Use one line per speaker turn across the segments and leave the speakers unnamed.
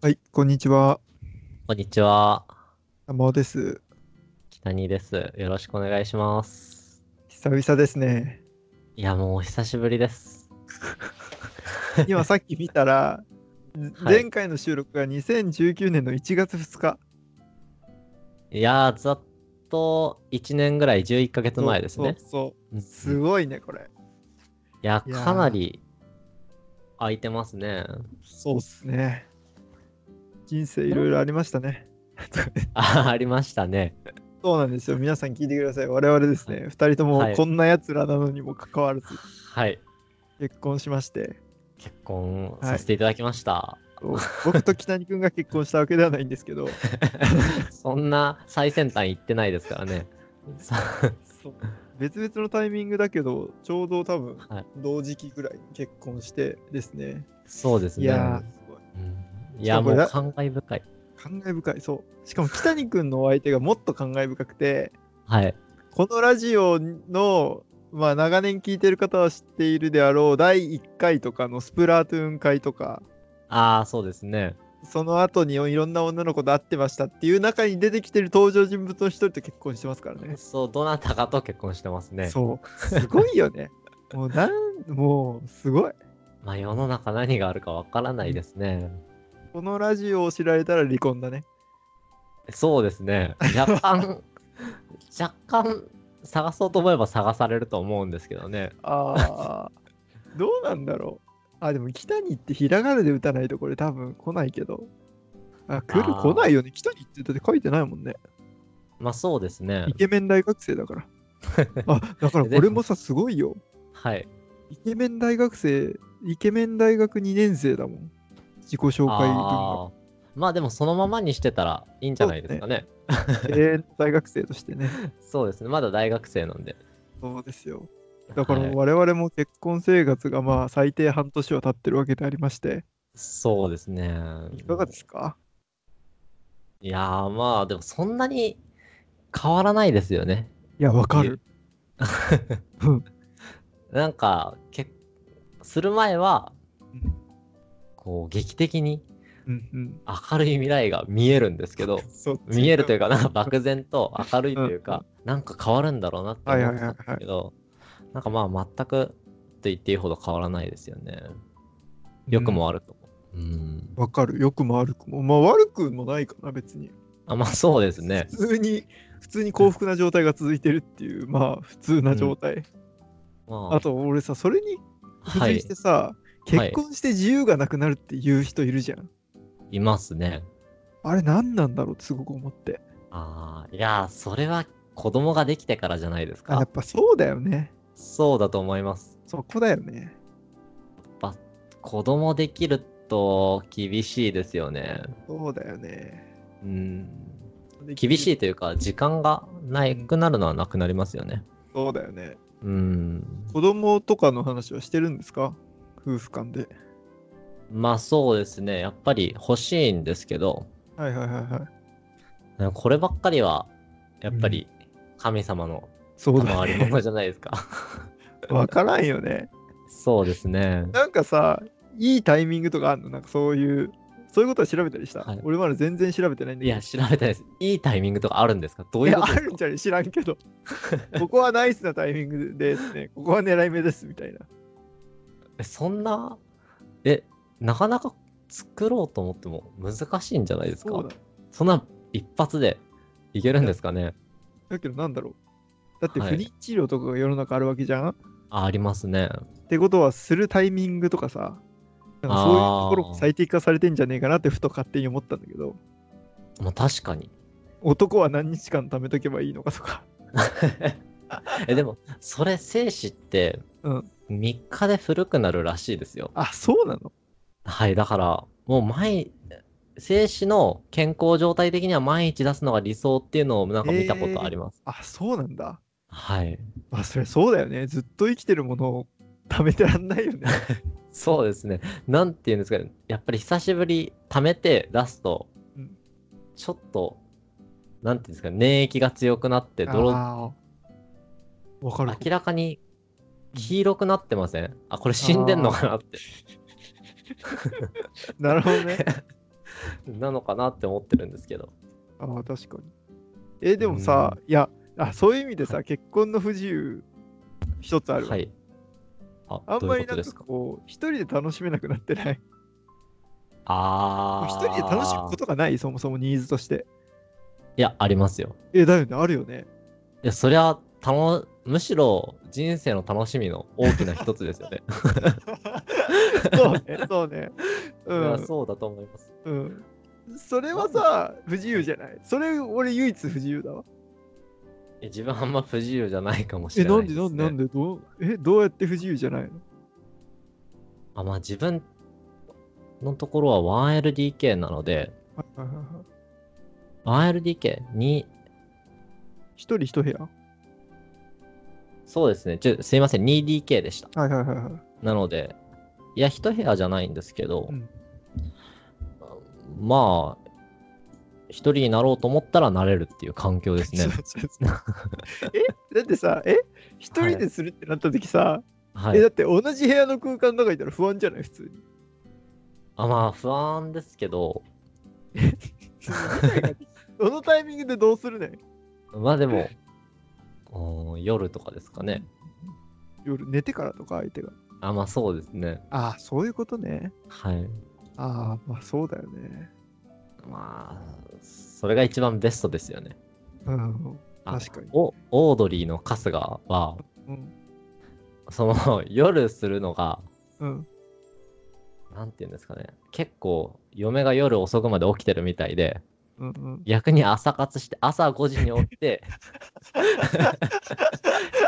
はい、こんにちは。
こんにちは。
山尾です。
北にです。よろしくお願いします。
久々です ね。
いや、もうお久しぶりです。
今さっき見た ら、
はい
前回の収録が2019年の1月2日。
いやー、ざっと1年ぐらい、11ヶ月前ですね。
そうそう
う
そう。
ん
す
い
ごいね、これ。
や、
いやー
かなり空いてますね。
そうっすね。人生いろいろありましたね。
あありましたね。
そうなんですよ。皆さん聞いてください。我々ですね、2人とも
はい
こんなやつらなのにもかかわらず
はい。
結婚しまして、
結婚させていただきました。
そう僕と北に君が結婚したわけではないんですけ ど、
そんな最先端行ってないですからね。 さ
そう別々のタイミングだけど、ちょうど多分
はい
同時期ぐらいに結婚してですね。
そうです
い
ね。
やー、すごい。
うんい
しか
や
もこ
もう
れ
感慨深い。
感慨深い。そう。しかも、北に君のお相手がもっと感慨深くて、
はい。
このラジオの、まあ、長年聞いてる方は知っているであろう、第1回とかのスプラトゥーン会とか、
ああ、そうですね。
その後にいろんな女の子と会ってましたっていう中に出てきてる登場人物の一人と結婚してますからね。
そう、どなたかと結婚してますね。
そう。すごいよね。もう、なん、もう、すごい。
まあ世の中何があるかわからないですね。
このラジオを知られたら離婚だね。
そうですね。若干、 若干探そうと思えば探されると思うんですけどね。
ああ、どうなんだろう。あ、でも北に行ってひらがなで打たないとこれ多分来ないけど。あ、来る
あ
来
ー
ないよね。北に行ってだって書いてないもんね。
まあそうですね
イ。ケメン大学生だ から。あ、だからこれもさ、すごいよ。
はい。
イケメン大学生、イケメン大学2年生だもん。自己紹介文
あーまあでもそのままにしてたらいいんじゃないですかね。
学。永遠の大学生としてね。
そうですね。まだ大学生なんで。
そうですよ。だから
はい
我々も結婚生活がまあ最低半年は経ってるわけでありまして、
そうですね。
いかがですか
いやーまあでもそんなに変わらないですよね。
いや、わかる。うん
なんか、けする前は
うん、
こう劇的に
うんうん。
明るい未来が見えるんですけ ど
そう
見えるという
か。
かなんか漠然と明るいというかなんか変わるんだろうなって思ってたんですけどなんかまあ全くと言っていいほど変わらないですよね良くも悪くもうん
わかる。よくも悪くも。まあ悪くもないかな、別に。
あまあそうですね
普通に、普通に幸福な状態が続いてるっていう、まあ普通な状態。
まあ
あと俺さ、それに付
は
随
い
してさ、
はい
結婚して自由がなくなるっていう人いるじゃん。
いますね
あれ何なんだろうってすごく思って。
ああいやーそれは子供ができてからじゃないです
あやっ
か
ぱそうだよね。
そうだと思います
そこだよね。
子供できると厳しいですよね
そうだよね。
うん厳し
い。
いというか時間がなくなるのはなくなりますよね
そうだよね。
うん
子供とかの話はしてるんですか夫婦間で。
まあそうですねやっぱり欲しいんですけど
はいはいはいはい。
こればっかりはやっぱり神様の
そうだ
賜り
ね。
物じゃないですか
わからんよね。
そうですね
なんかさ、いいタイミングとかあんのなんかそういう、そういうことは調べたりした。
はい
俺まだ全然調べてないんだ
い
けど。
や調べたいですいいタイミングとかあるんですかどういうこ
い
と
やあ
です
るん
か
じゃね知らんけど。 ここはナイスなタイミングですね。ここは狙い目ですみたいな。
えそんなえなかなか作ろうと思っても難しいんじゃないですか
そうだ。
そんな一発でいけるんですかね
だけどなんだろう。だって
はい
不妊治療とかが世の中あるわけじゃん、
あありますね
ってことはするタイミングとかさ、なんかそういうところも最適化されてんじゃねえかなってふと勝手に思ったんだけど、
まあ確かに
男は何日間貯めとけばいいのかとか。
えでもそれ精子って
うん
3日で古くなるらしいですよ
あ、そうなの
はい、だから、もう毎、精子の健康状態的には毎日出すのが理想っていうのをなんか見たことあります。
あ、そうなんだ。
はい。
まあ、それそうだよね。ずっと生きてるものを貯めてらんないよね。
そうですね。なんていうんですかね。やっぱり久しぶり貯めて出すと
うん、
ちょっと、なんていうんですか、粘液が強くなって、泥、
あーわかる。
明らかに黄色くなってませんあ、これ死んでんのかなって。
なるほどね。
なのかなって思ってるんですけど。
ああ、確かに。えでもさ、いやあ、そういう意味でさ、結婚の不自由、一つある。
はい。あ
あん
ど
ま
うい
り
うこ
な
と
ん
です
か
か
こう、一人で楽しめなくなってない。
ああ。
一人で楽しむことがない、そもそもニーズとして。
いや、ありますよ。
え、だよね、あるよね。
いや、そりゃ、たの、むしろ人生の楽しみの大きな一つです よね。
そう ね、そうね。う
いや
ん。
そうだと思います。
うん。それはさ、不自由じゃない。それ、俺、唯一不自由だわ。
いや自分あんま不自由じゃないかもし
え、
れな
ないんで、なんで、なん
で
で、どう、え、どうやって不自由じゃないの
あ、まあ自分のところは 1LDK なので、
はいはいはいはい
1LDK に、
一人一部屋
そうですね、ちょすいません、2DK でした。
はいはいはいはい。
なので、いや、一部屋じゃないんですけど、
うん。
まあ、一人になろうと思ったらなれるっていう環境ですね
そうそうそうえだってさ、え一人でするってなった時さ、
は
え、
い
だ。って同じ部屋の空間の中にいたら不安じゃない普 通に。
あ、まあ、不安ですけど、
そのタイミングでどうするねん
まあでも、うん夜とかですかね。
夜寝てからとか相手が。
あ、まあそうですね。
ああ、そういうことね。
はい。
ああ、まあそうだよね。
まあ、それが一番ベストですよね。
うん。
あ
確かに
おオードリーの春日は、
うん。
その夜するのが、
うん。
なんていうんですかね。結構、嫁が夜遅くまで起きてるみたいで、
うんうん、
逆に朝活して、朝5時に起 きて、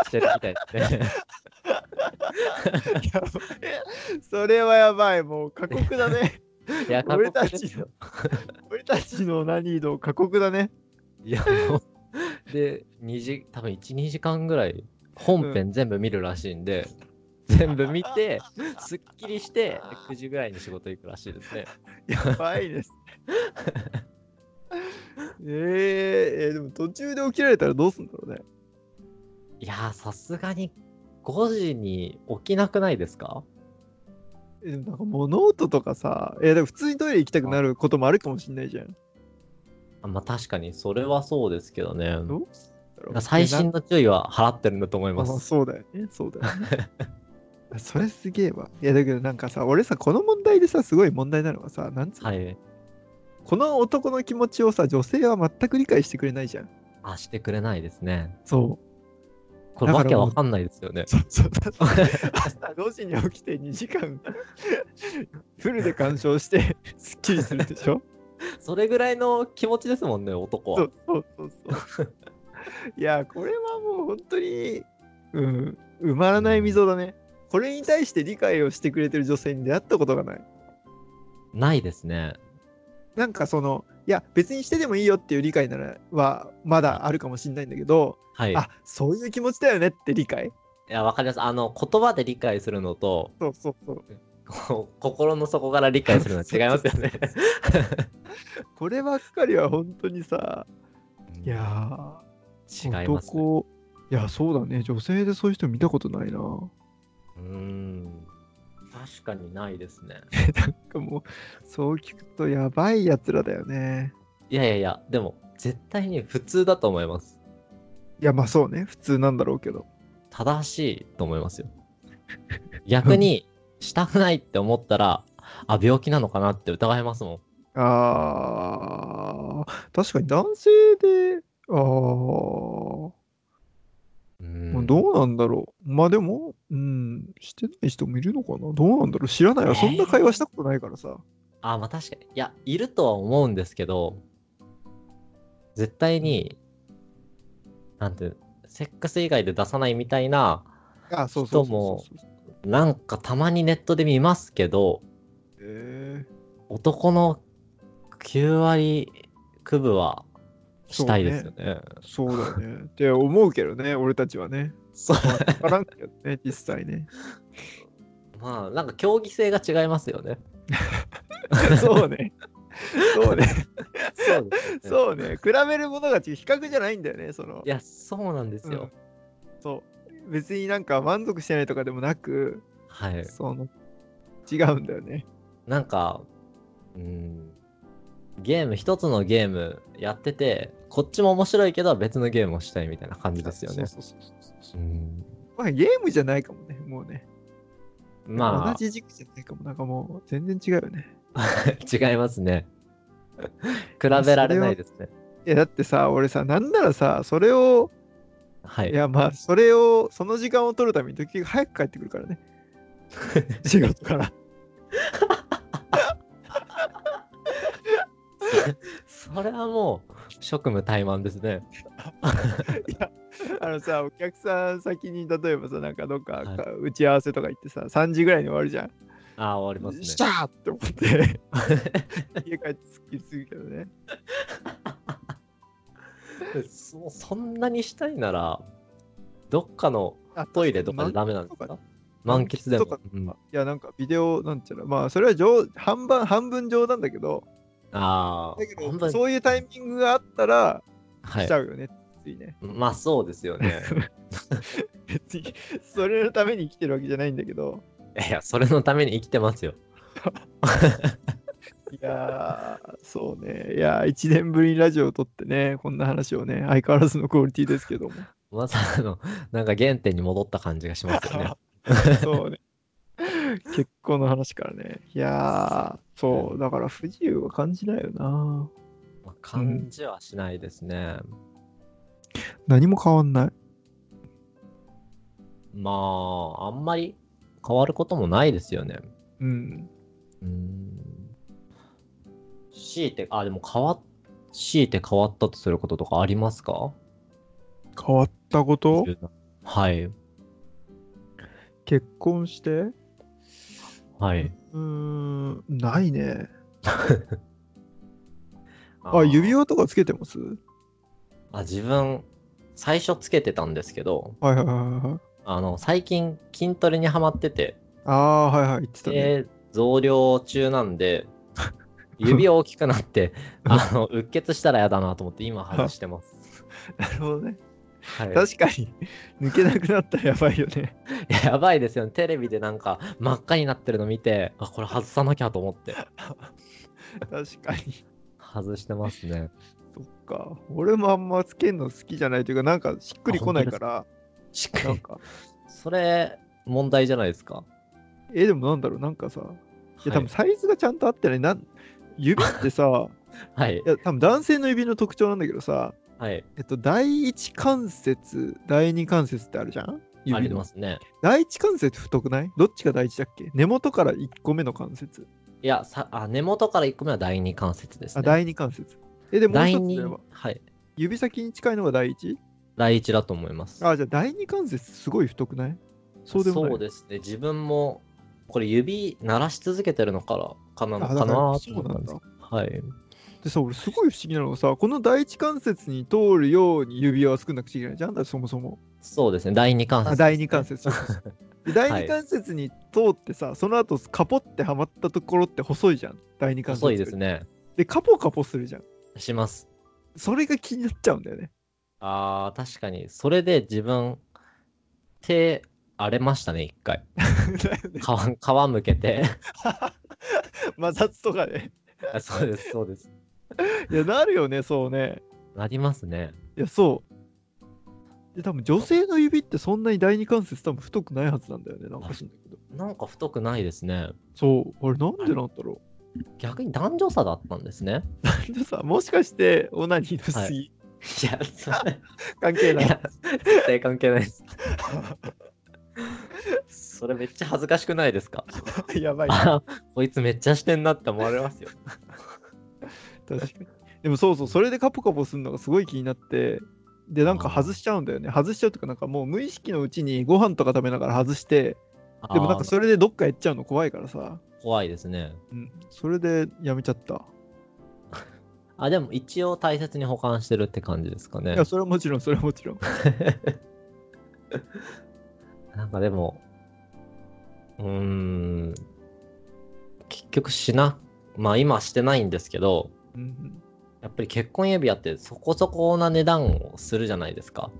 してるみたいですね。
やばいそれはやばい、もう過酷だね。
いや、過
俺
酷
た
です
ち
よ
の。、 俺たちの難易度過酷だね。
いや、もうで、2時、多分1、2時間ぐらい、本編全部見るらしいんで、全部見て、すっきりして、9時ぐらいに仕事行くらしいですね。
やばい です。えー、えーでも途中で起きられたらどうすんだろうね。
いやー、さすがに5時に起きなくないですか
えでもなんか物音とかさ、えでも普通にトイレ行きたくなることもあるかもしんないじゃん。
あまあ確かに、それはそうですけどね。
どだろう
最
え
新の注意は払ってるんだと思い
な
ま
あ
す。
そうだよね。そうだよね。 それすげえわ。いやだけどなんかさ、俺さ、この問題でさ、すごい問題なのはさ、なんつうの
はい。
この男の気持ちをさ、女性は全く理解してくれないじゃん。
あ、してくれないですね。
そう。
こ
だ
れわ
から
けわかんないですよね。
そうそうだって朝5時に起きて2時間フルで鑑賞してすっきりするでしょ
それぐらいの気持ちですもんね、男
そ
は
う。そうそうそういやこれはもう本当にうん埋まらない溝だねこれに対して理解をしてくれてる女性に出会ったことがない
ないですね。
なんかそのいや別にしてでもいいよっていう理解ならはまだあるかもしれないんだけど、
はい。
あそういう気持ちだよねって理解
いや、わかります。あの、言葉で理解するのと、
そうそうそう
こう心の底から理解するのは違いますよ ね。
こればっかりは本当にさいや
違
ー
います、ね。
男いやそうだね女性でそういう人見たことないななん
うーん。確かにないですね。
かもうそう聞くとやばいやつらだよね
いやいやいや、でも、絶対に普通だと思います。
いやまあそうね普通なんだろうけど
正しいと思いますよ。逆 に、したくないって思ったら、あ、病気なのかなって疑いますもん。
あー確かに男性であー、
う
まあ
ん
どうなんだろうまあでもうんしてない人もいるのかなどうなんだろう知らないわ
えー
そんな会話したことないからさ、
あ、まあ確かに。いや、いるとは思うんですけど、絶対に、なんて、セックス以外で出さないみたいな、
あそうそうそうそうそう
なんかたまにネットで見ますけど、
え
男の9割区分はしたいですよね。
ーそうだよねって思うけどね俺たちはね
そう,、
分からんけどね実際 ね
まあ、なんか競技性が違いますよね。
そうねそうね
そうですよね
そうね比べるものが違う比較じゃないんだよねその
いや、そうなんですよ。
うんそう別になんか満足してないとかでもなく
はい。
その違うんだよね
なんか、うん、ゲーム、一つのゲームやってて、こっちも面白いけど別のゲームをしたいみたいな感じですよね。
そうそうそうそうそう
うん、
まあ、ゲームじゃないかもね、もうね。
まあ
同、じ軸じゃないかも、なんかもう全然違うよね。
違いますね。比べられないですね。
いや、だってさ、俺さ、なんならさ、それを、
はいい。
や、まあ、それを、その時間を取るために時が早く帰ってくるからね。仕事から。
それはもう職務怠慢ですね。
あのさ、お客さん先に、例えばさ、なんかどっか
はい
か打ち合わせとか行ってさ、3時ぐらいに終わるじゃん。
ああ、終わります
し
ね。
たーって思 って、家帰ってすっきりするけどね。
そそんなにしたいなら、どっかのトイレとかでダメなんですか満喫で
満喫と
も
か。
うん
いや、なんかビデオ、なんちゃら、まあ、それは冗半分、半分冗談だけど、
ああ
だけ、
本当
ど、
に
そういうタイミングがあったら、
は
し
い
ち。ゃうよね、ついね。
まあそうです よね。
別に、それのために生きてるわけじゃないんだけど、
いや、それのために生きてますよ。
いやー、そうね、いやー、1年ぶりにラジオを撮ってね、こんな話をね、相変わらずのクオリティですけども。
まさあの、なんか原点に戻った感じがしますよ ね。
そうね。結婚の話からね。いやー、そう、だから不自由は感じないよな。
まあ、感じはしないですね。
何も変わんない。
まあ、あんまり変わることもないですよね。
うん。
うーん。強いて、あ、でも変わっ、強いて変わったとすることとかありますか
変わったこと
はい。
結婚して
はい。
うーん、ないね。
あ
あ、指
輪
輪とかつけてます
あ、自分、最初つけてたんですけど、
はいはいはいはい。
あの、最近筋トレにハマってて、
ああー、はいはい、言ってたね。
で、増量中なん で、指大きくなって、あの、うっ血したらやだなと思って今外してます。
なるほどね。
はい、
確かに、抜けなくなったらやばいよね。
やばいですよね。テレビでなんか真っ赤になってるの見て、あ、これ外さなきゃと思って、
確かに。
外してますね。
そっか。俺もあんまつけんの好きじゃないというか、なんかしっくりこないから、
しっか
なん
り。
か、
それ、問題じゃないですか。
え、でもなんだろう、なんかさ、いや、多
は
分
い
サイズがちゃんと合ってない。なん指って さ、
はい
い。や、多分男性の指の特徴なんだけどさ、
はい。
えっと、第一関節、第二関節ってあるじゃん指の
ありますね。
第一関節太くないどっちが第一だっけ根元から1個目の関節。
いや、さあ根元から1個目は第二関節です
あ、
ね。
第二関節。え、でもう
第
一つ
二
では
はい。
指先に近いのが第一
第一だと思います。
あ、じゃあ第二関節すごい太くないそうでもない。
ですね。自分も、これ指鳴らし続けてるのからかな
あ
か
だか
な
ら
と
そう
思っ
な
たん
ん
です
だ
け。ど。はい。
でさ、俺すごい不思議なのがさ、この第一関節に通るように指輪を作んなくちゃいけないじゃんだってそもそも。
そうですね。第二関節、
あ、第二関。節。そうそうそうで第
は
二
い
関節に通ってさ、その後カポってはまったところって細いじゃん。第二関節。
細いです。ね。
で、カポカポするじゃん。
します。
それが気になっちゃうんだよね。
あー、確かに。それで自分、手、荒れましたね、一 回。
だよね
皮、皮むけて。
摩擦とかで。
あそうです、そうです。
いや、なるよね、そうね。
なりますね。
いや、そう。で、多分女性の指ってそんなに第二関節多分太くないはずなんだよね。なんか知んないけど。
なんか太くないですね。
そう。あれ、なんでなんだろう。
逆に男女差だったんですね。
でさもしかしてオナニーの
は
しぎ
いや、それ、
関係
い
ない。
や、絶対関係ないです。それめっちゃ恥ずかしくないですか
やばい。確
あこいつめっちゃしてんなって思われます よ。
かに。でもそうそう、それでカポカポするのがすごい気になって、で、なんか外しちゃうんだよね。外しちゃうとか、なんかもう無意識のうちにご飯とか食べながら外して、でもなんか
あ
それでどっか行っちゃうの怖いからさ。
ー怖いですね。
うん、それでやめちゃった。
あ、でも一応大切に保管してるって感じですかね
いや、。それはもちろん、それはもちろん。
なんかでも、うーん、結局しな、まあ今はしてないんですけど、
うんうん
やっぱり結婚指輪ってそこそこな値段をするじゃないですか。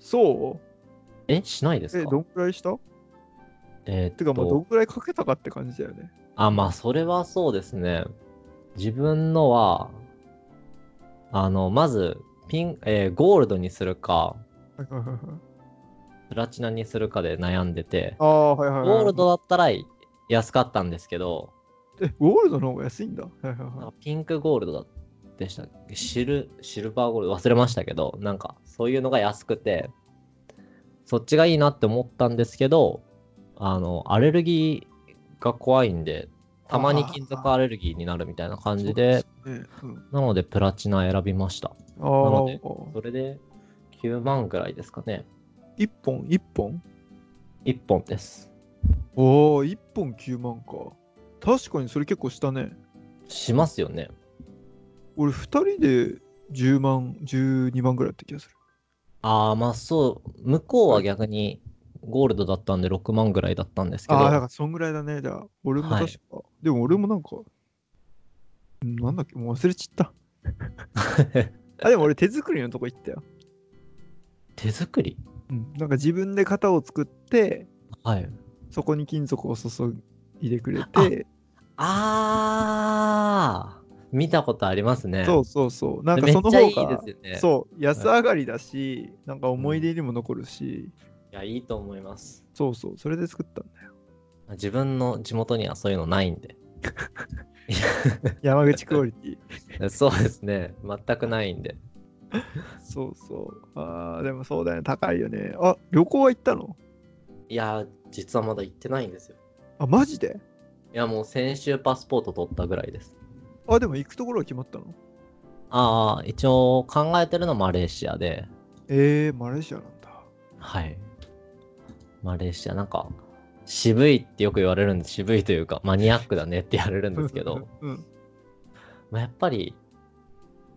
そ
え、しないで
う
す
え、
か
どんくらいした
えーってと
か、まあ、どんくらいかけたかって感じだよね。
あ、まあそれはそうですね。自分のは、あの、まず、ピン、えーゴールドにするか、
はいはいはいはい
プラチナにするかで悩んでて、
ああ、はいはいはい。
ゴールドだったら安かったんですけど、
え、ゴールドの方が安いんだ。はいはい
なん
は
かピンクゴールドだでしたっけシルシルバーゴールド忘れましたけどなんかそういうのが安くてそっちがいいなって思ったんですけどあのアレルギーが怖いんでたまに金属アレルギーになるみたいな感
い。
じで
そうですね。うん
なのでプラチナ選びました
あー
のでそれで9万ぐらいですかね
一本一本
1本です
おお、一本9万か。確かにそれ結構したね。
しますよね
俺2人で10万、12万ぐらいだった気がする。
ああまあそう向こうは逆にゴールドだったんで6万ぐらいだったんですけど
ああ、だからそんぐらいだね。じゃあ、俺も確か。でも俺もなんか、うんなんだっけ、もう忘れちった。あ、でも俺手作りのとこ行ったよ。
手作り
うん、なんか自分で型を作って、
はい
そこに金属を注いでくれ
あ
て、
あー見たことありますね。
そうそうそう。なんか
めっ
その
ちゃい
方
いで
が、
すよね。
そう、安上がりだし、なんか思い出にも残るし、
いや、いいと思います。
そうそう、それで作ったんだよ。
自分の地元にはそういうのないんで。
山口クオリティ。
そうですね。全くないんで。
そうそう。ああ、でもそうだよね。高いよね。あ、旅行は行ったの
いや、実はまだ行ってないんですよ。
あ、マジで
いや、もう先週パスポート取ったぐらいです。
あ、でも行くところは決まったの
ああ、一応考えてるのマレーシアで。
えー、マレーシアなんだ。
はい。マレーシア、なんか、渋いってよく言われるんです。渋いというか、マニアックだねって言われるんですけど。
うん。
まあ、やっぱり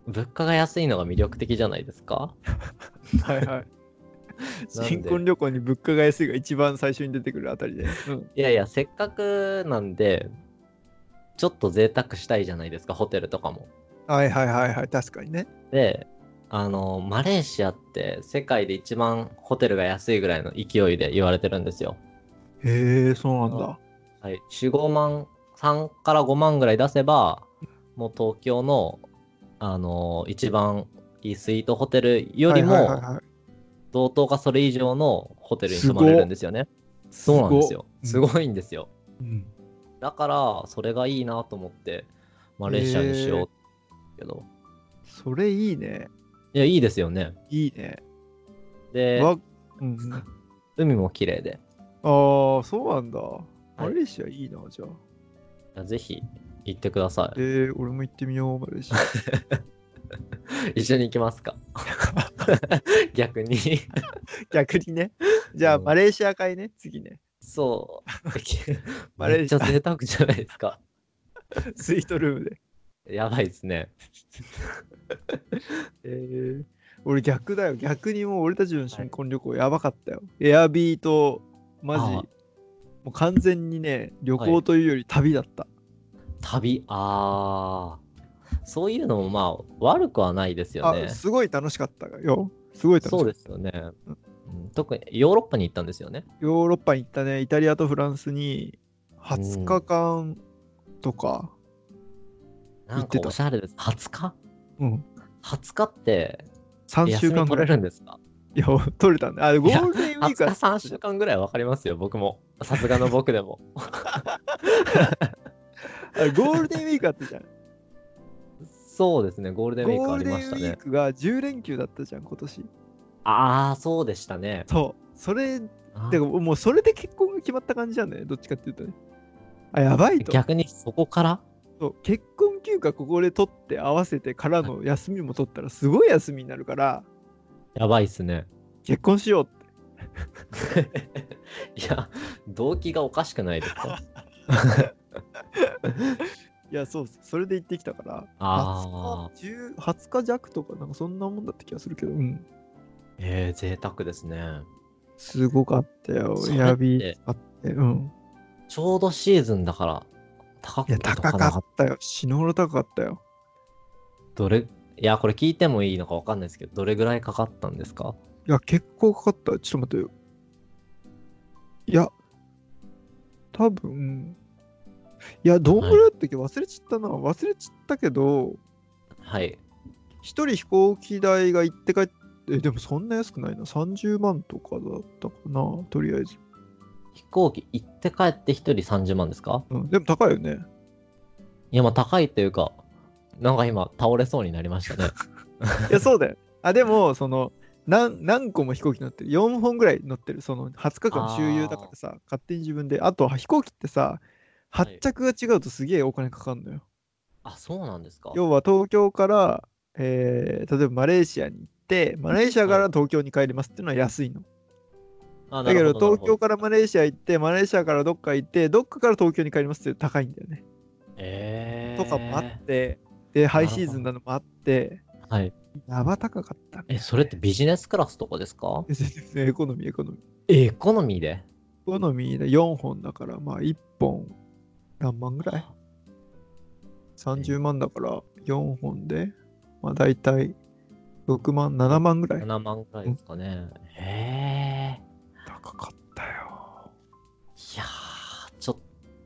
物価が安いのが魅力的じゃないですか
はいはい。新婚旅行に物価が安いが一番最初に出てくるあたりで。うん。
いやいやせっかくなんでちょっと贅沢したいじゃないですかホテルとかも
はいはいはいはい。確かにね。
であのマレーシアって世界で一番ホテルが安いぐらいの勢いで言われてるんですよ、
へえ、そうなんだ。
はい、45万3から5万ぐらい出せばもう東京のあの一番いいスイートホテルより
はいはい
も
はいはい
同等かそれ以上のホテルに泊まれるんですよねそうなんですよ。す
すご
ごいんですよ。
うん。
だから、それがいいなと思って、マレーシアにしようけど。
それいいね。
いや、いいですよね。
いいね。
で、
わうんうん、あ
海も綺麗で。
あ、そうなんだ。
い
マレーシアいいな、じゃあ。
いやぜひ行ってくださ
えー、俺も行ってみよう、マレーシア。
い。一緒に行きますか。 逆に。
逆にね。じゃあ、
うん
マレーシア会ね、次 ね。
そう。
マレー
めっ
シ
ち
ア
ゃ贅沢じゃないですか。
スイートルームで。
やばいですね。
えー、俺逆だよ。逆にもう俺たちの新婚旅行やばかったよ。エアビーと、マジ、
ああ
もう完全にね、旅
は
行
い
というより旅だった。
旅、あー。そういうのもまあ悪くはないですよね
あ、。すごい楽しかったよ。すごい楽しか
そ
っ
う
た。
ですよね。うん特にヨーロッパに行ったんですよね。
ヨーロッパに行ったね、イタリアとフランスに20日間とか、
なん
行って
か
た
おしゃれです。20日
うん、
20日って
3週
休
間
み
ぐ
取
ら
れ
い。
るんですか
いや、取れたね。あ、ゴールデンウィーク
20
は
日3週間ぐらいわかりますよ僕もさすがの僕でも
あゴールデンウィークあったじゃん。
そうですね ゴールデンウィーク
ゴー
あ
ルデ
り
ンウ
ま
ィ
した
ー
ね
クが10連休だったじゃん、今年。
ああそうでしたね
そう。それ、て
あー
かもうそれで結婚が決まった感じなんだよね。どっちかっていうとね。あ、やばいと。
逆にそこから
そう結婚休暇ここで取って合わせてからの休みも取ったらすごい休みになるから、
やばいっすね
結婚しようって。
いや動機がおかしくないです か
いや、そうそう。それで行ってきたから、
ああ
20日 ,20 日弱とか、なんかそんなもんだった気がするけど、うん。
えー、贅沢ですね
すごかったよ。
そ
エ
れって
アビーあって、うん。
ちょうどシーズンだから高
い
く
や、
とか
高か
な
ったよ。死ぬほど高かったよ。
どれいやこれ聞いてもいいのかわかんないですけどどれぐらいかかったんですか
いや、結構かかった。ちょっと待ってよ。いや、多分、いや、どんぐらいだったっけ忘れちったな。忘れちったけど、
はい。
一人飛行機代が行って帰って、えでもそんな安くないな。30万とかだったかな、とりあえず。
飛行機行って帰って1人30万ですか
うん、でも高いよね。
いや、まあ高いというか、なんか今倒れそうになりました ね。
いや、そうだよ。 あ、でも、その、何何個も飛行機乗ってる4本ぐらい乗ってるその20日間周遊だからさ勝手に自分であとは飛行機ってさ
はい
発着が違うとすげえお金かかるのよ、
あ、そうなんですか
要は東京から、えー例えばマレーシアに行ってマレーシアから東京に帰りますっていうのは安いの、
あ
だけど東京
か
からマレーシア行ってマレーシアからどっか行ってどっかから東京に帰りますっていうの高いんだよね、
えー、
とかもあってでハイシーズンなのもあって
はい。
やば高かった
え、それってビジネスクラスとかですか
全然 エコノミーエコノミー
え、エコノミーで
エコノミーで4本だからまあ1本何万ぐらい ?30 万だから4本でまあ大体6万7万ぐらい
?7 万くらいですかね。へえー。
高かったよ
いやー、ちょっ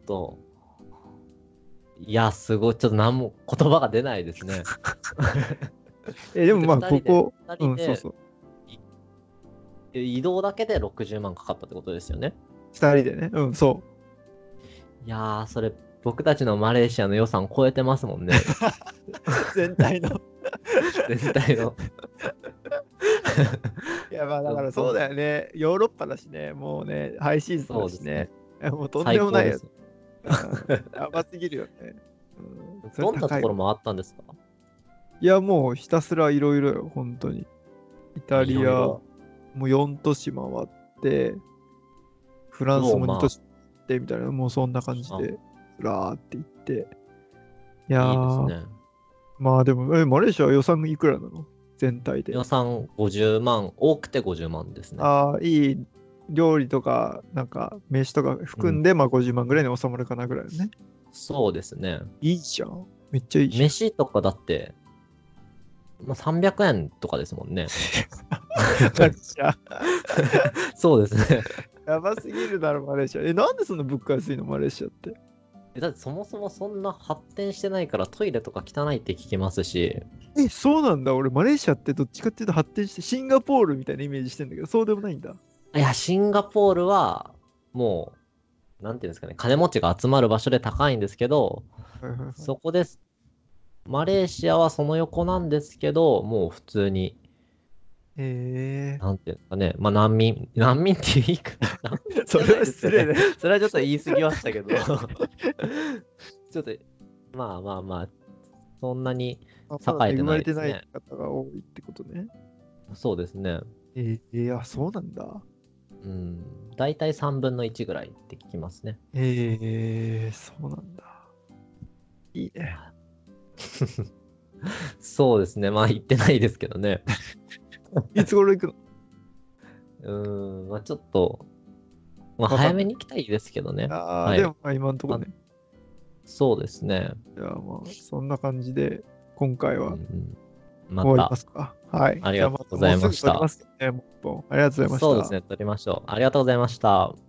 と。いや、すごい。ちょっと何も言葉が出ないですね。
えでもまあこ
二人で
こ
二
う
人
ん
で
そうそう
え移動だけで60万かかったってことですよね。
2人でねうんそう
いやー、それ、僕たちのマレーシアの予算超えてま すもんね。
全体の。
全体の。
いやまあだからそうだよね。ヨーロッパだしね。もうね、ハイシーズンだしね。いやもうとんでもないやつ
最高。
やばすぎるよね。うん
です。どんなとこ
い
ろ回ったんですか
いやもうひたすらいろいろよ、本当に。イタリア、
いろいろ
もう4都市回って、フランスも2都市回ってみたいな、もうそんな感じ
あ
で、ずらーって行って。い
い
やー
いですね。
まあでも、え、マレーシアは予算いくらなの全体で。
予算50万、多くて50万ですね。
ああ、いい料理とか、なんか、飯とか含んで、まあ50万ぐらいに収まるかなぐらいだね。
そうですね。
いいじゃん。めっちゃいいじゃん。
飯とかだって、まあ、300円とかですもんね。
マレーシア。
そうですね。
やばすぎるだろ、マレーシア。え、なんでそんな物価安いの、マレーシアって。
えだってそもそもそんな発展してないからトイレとか汚いって聞きますし、
え、そうなんだ。俺、マレーシアってどっちかっていうと発展して、シンガポールみたいなイメージしてんだけど、そうでもないんだ。
いや、シンガポールはもう、なんていうんですかね、金持ちが集まる場所で高いんですけど、そこです。マレーシアはその横なんですけど、もう普通に、
へえ
なんていうんですかね、まあ難民、難民っていいかな。
それは失礼だよ。
それはちょっと言い過ぎまし たけど、ちょっと、まあまあまあ、そんなに、栄えてない
恵ます
でね
れてない方が多いってことね。
そうですね、
えー、あ、そうなんだ。
うん、大体3分の1ぐらいって聞きますね。
えー、そうなんだ。いいね。
そうですね、まあ言ってないですけどね。
いつ頃行くの
うーん、まあちょっと、ま
わかん
あ
ない
早めに行きたいですけどね。
ああ、
はい
でもまあ今んとこね。
そうですね。
じゃあまあそんな感じで今回
うんう
は
ん
終わり
ま
ますか。はい。
ありがとうございました
じゃああもうすぐ撮りますよねもう一本ありがとうございました。
た、そうですね、撮りましょう。ありがとうございました。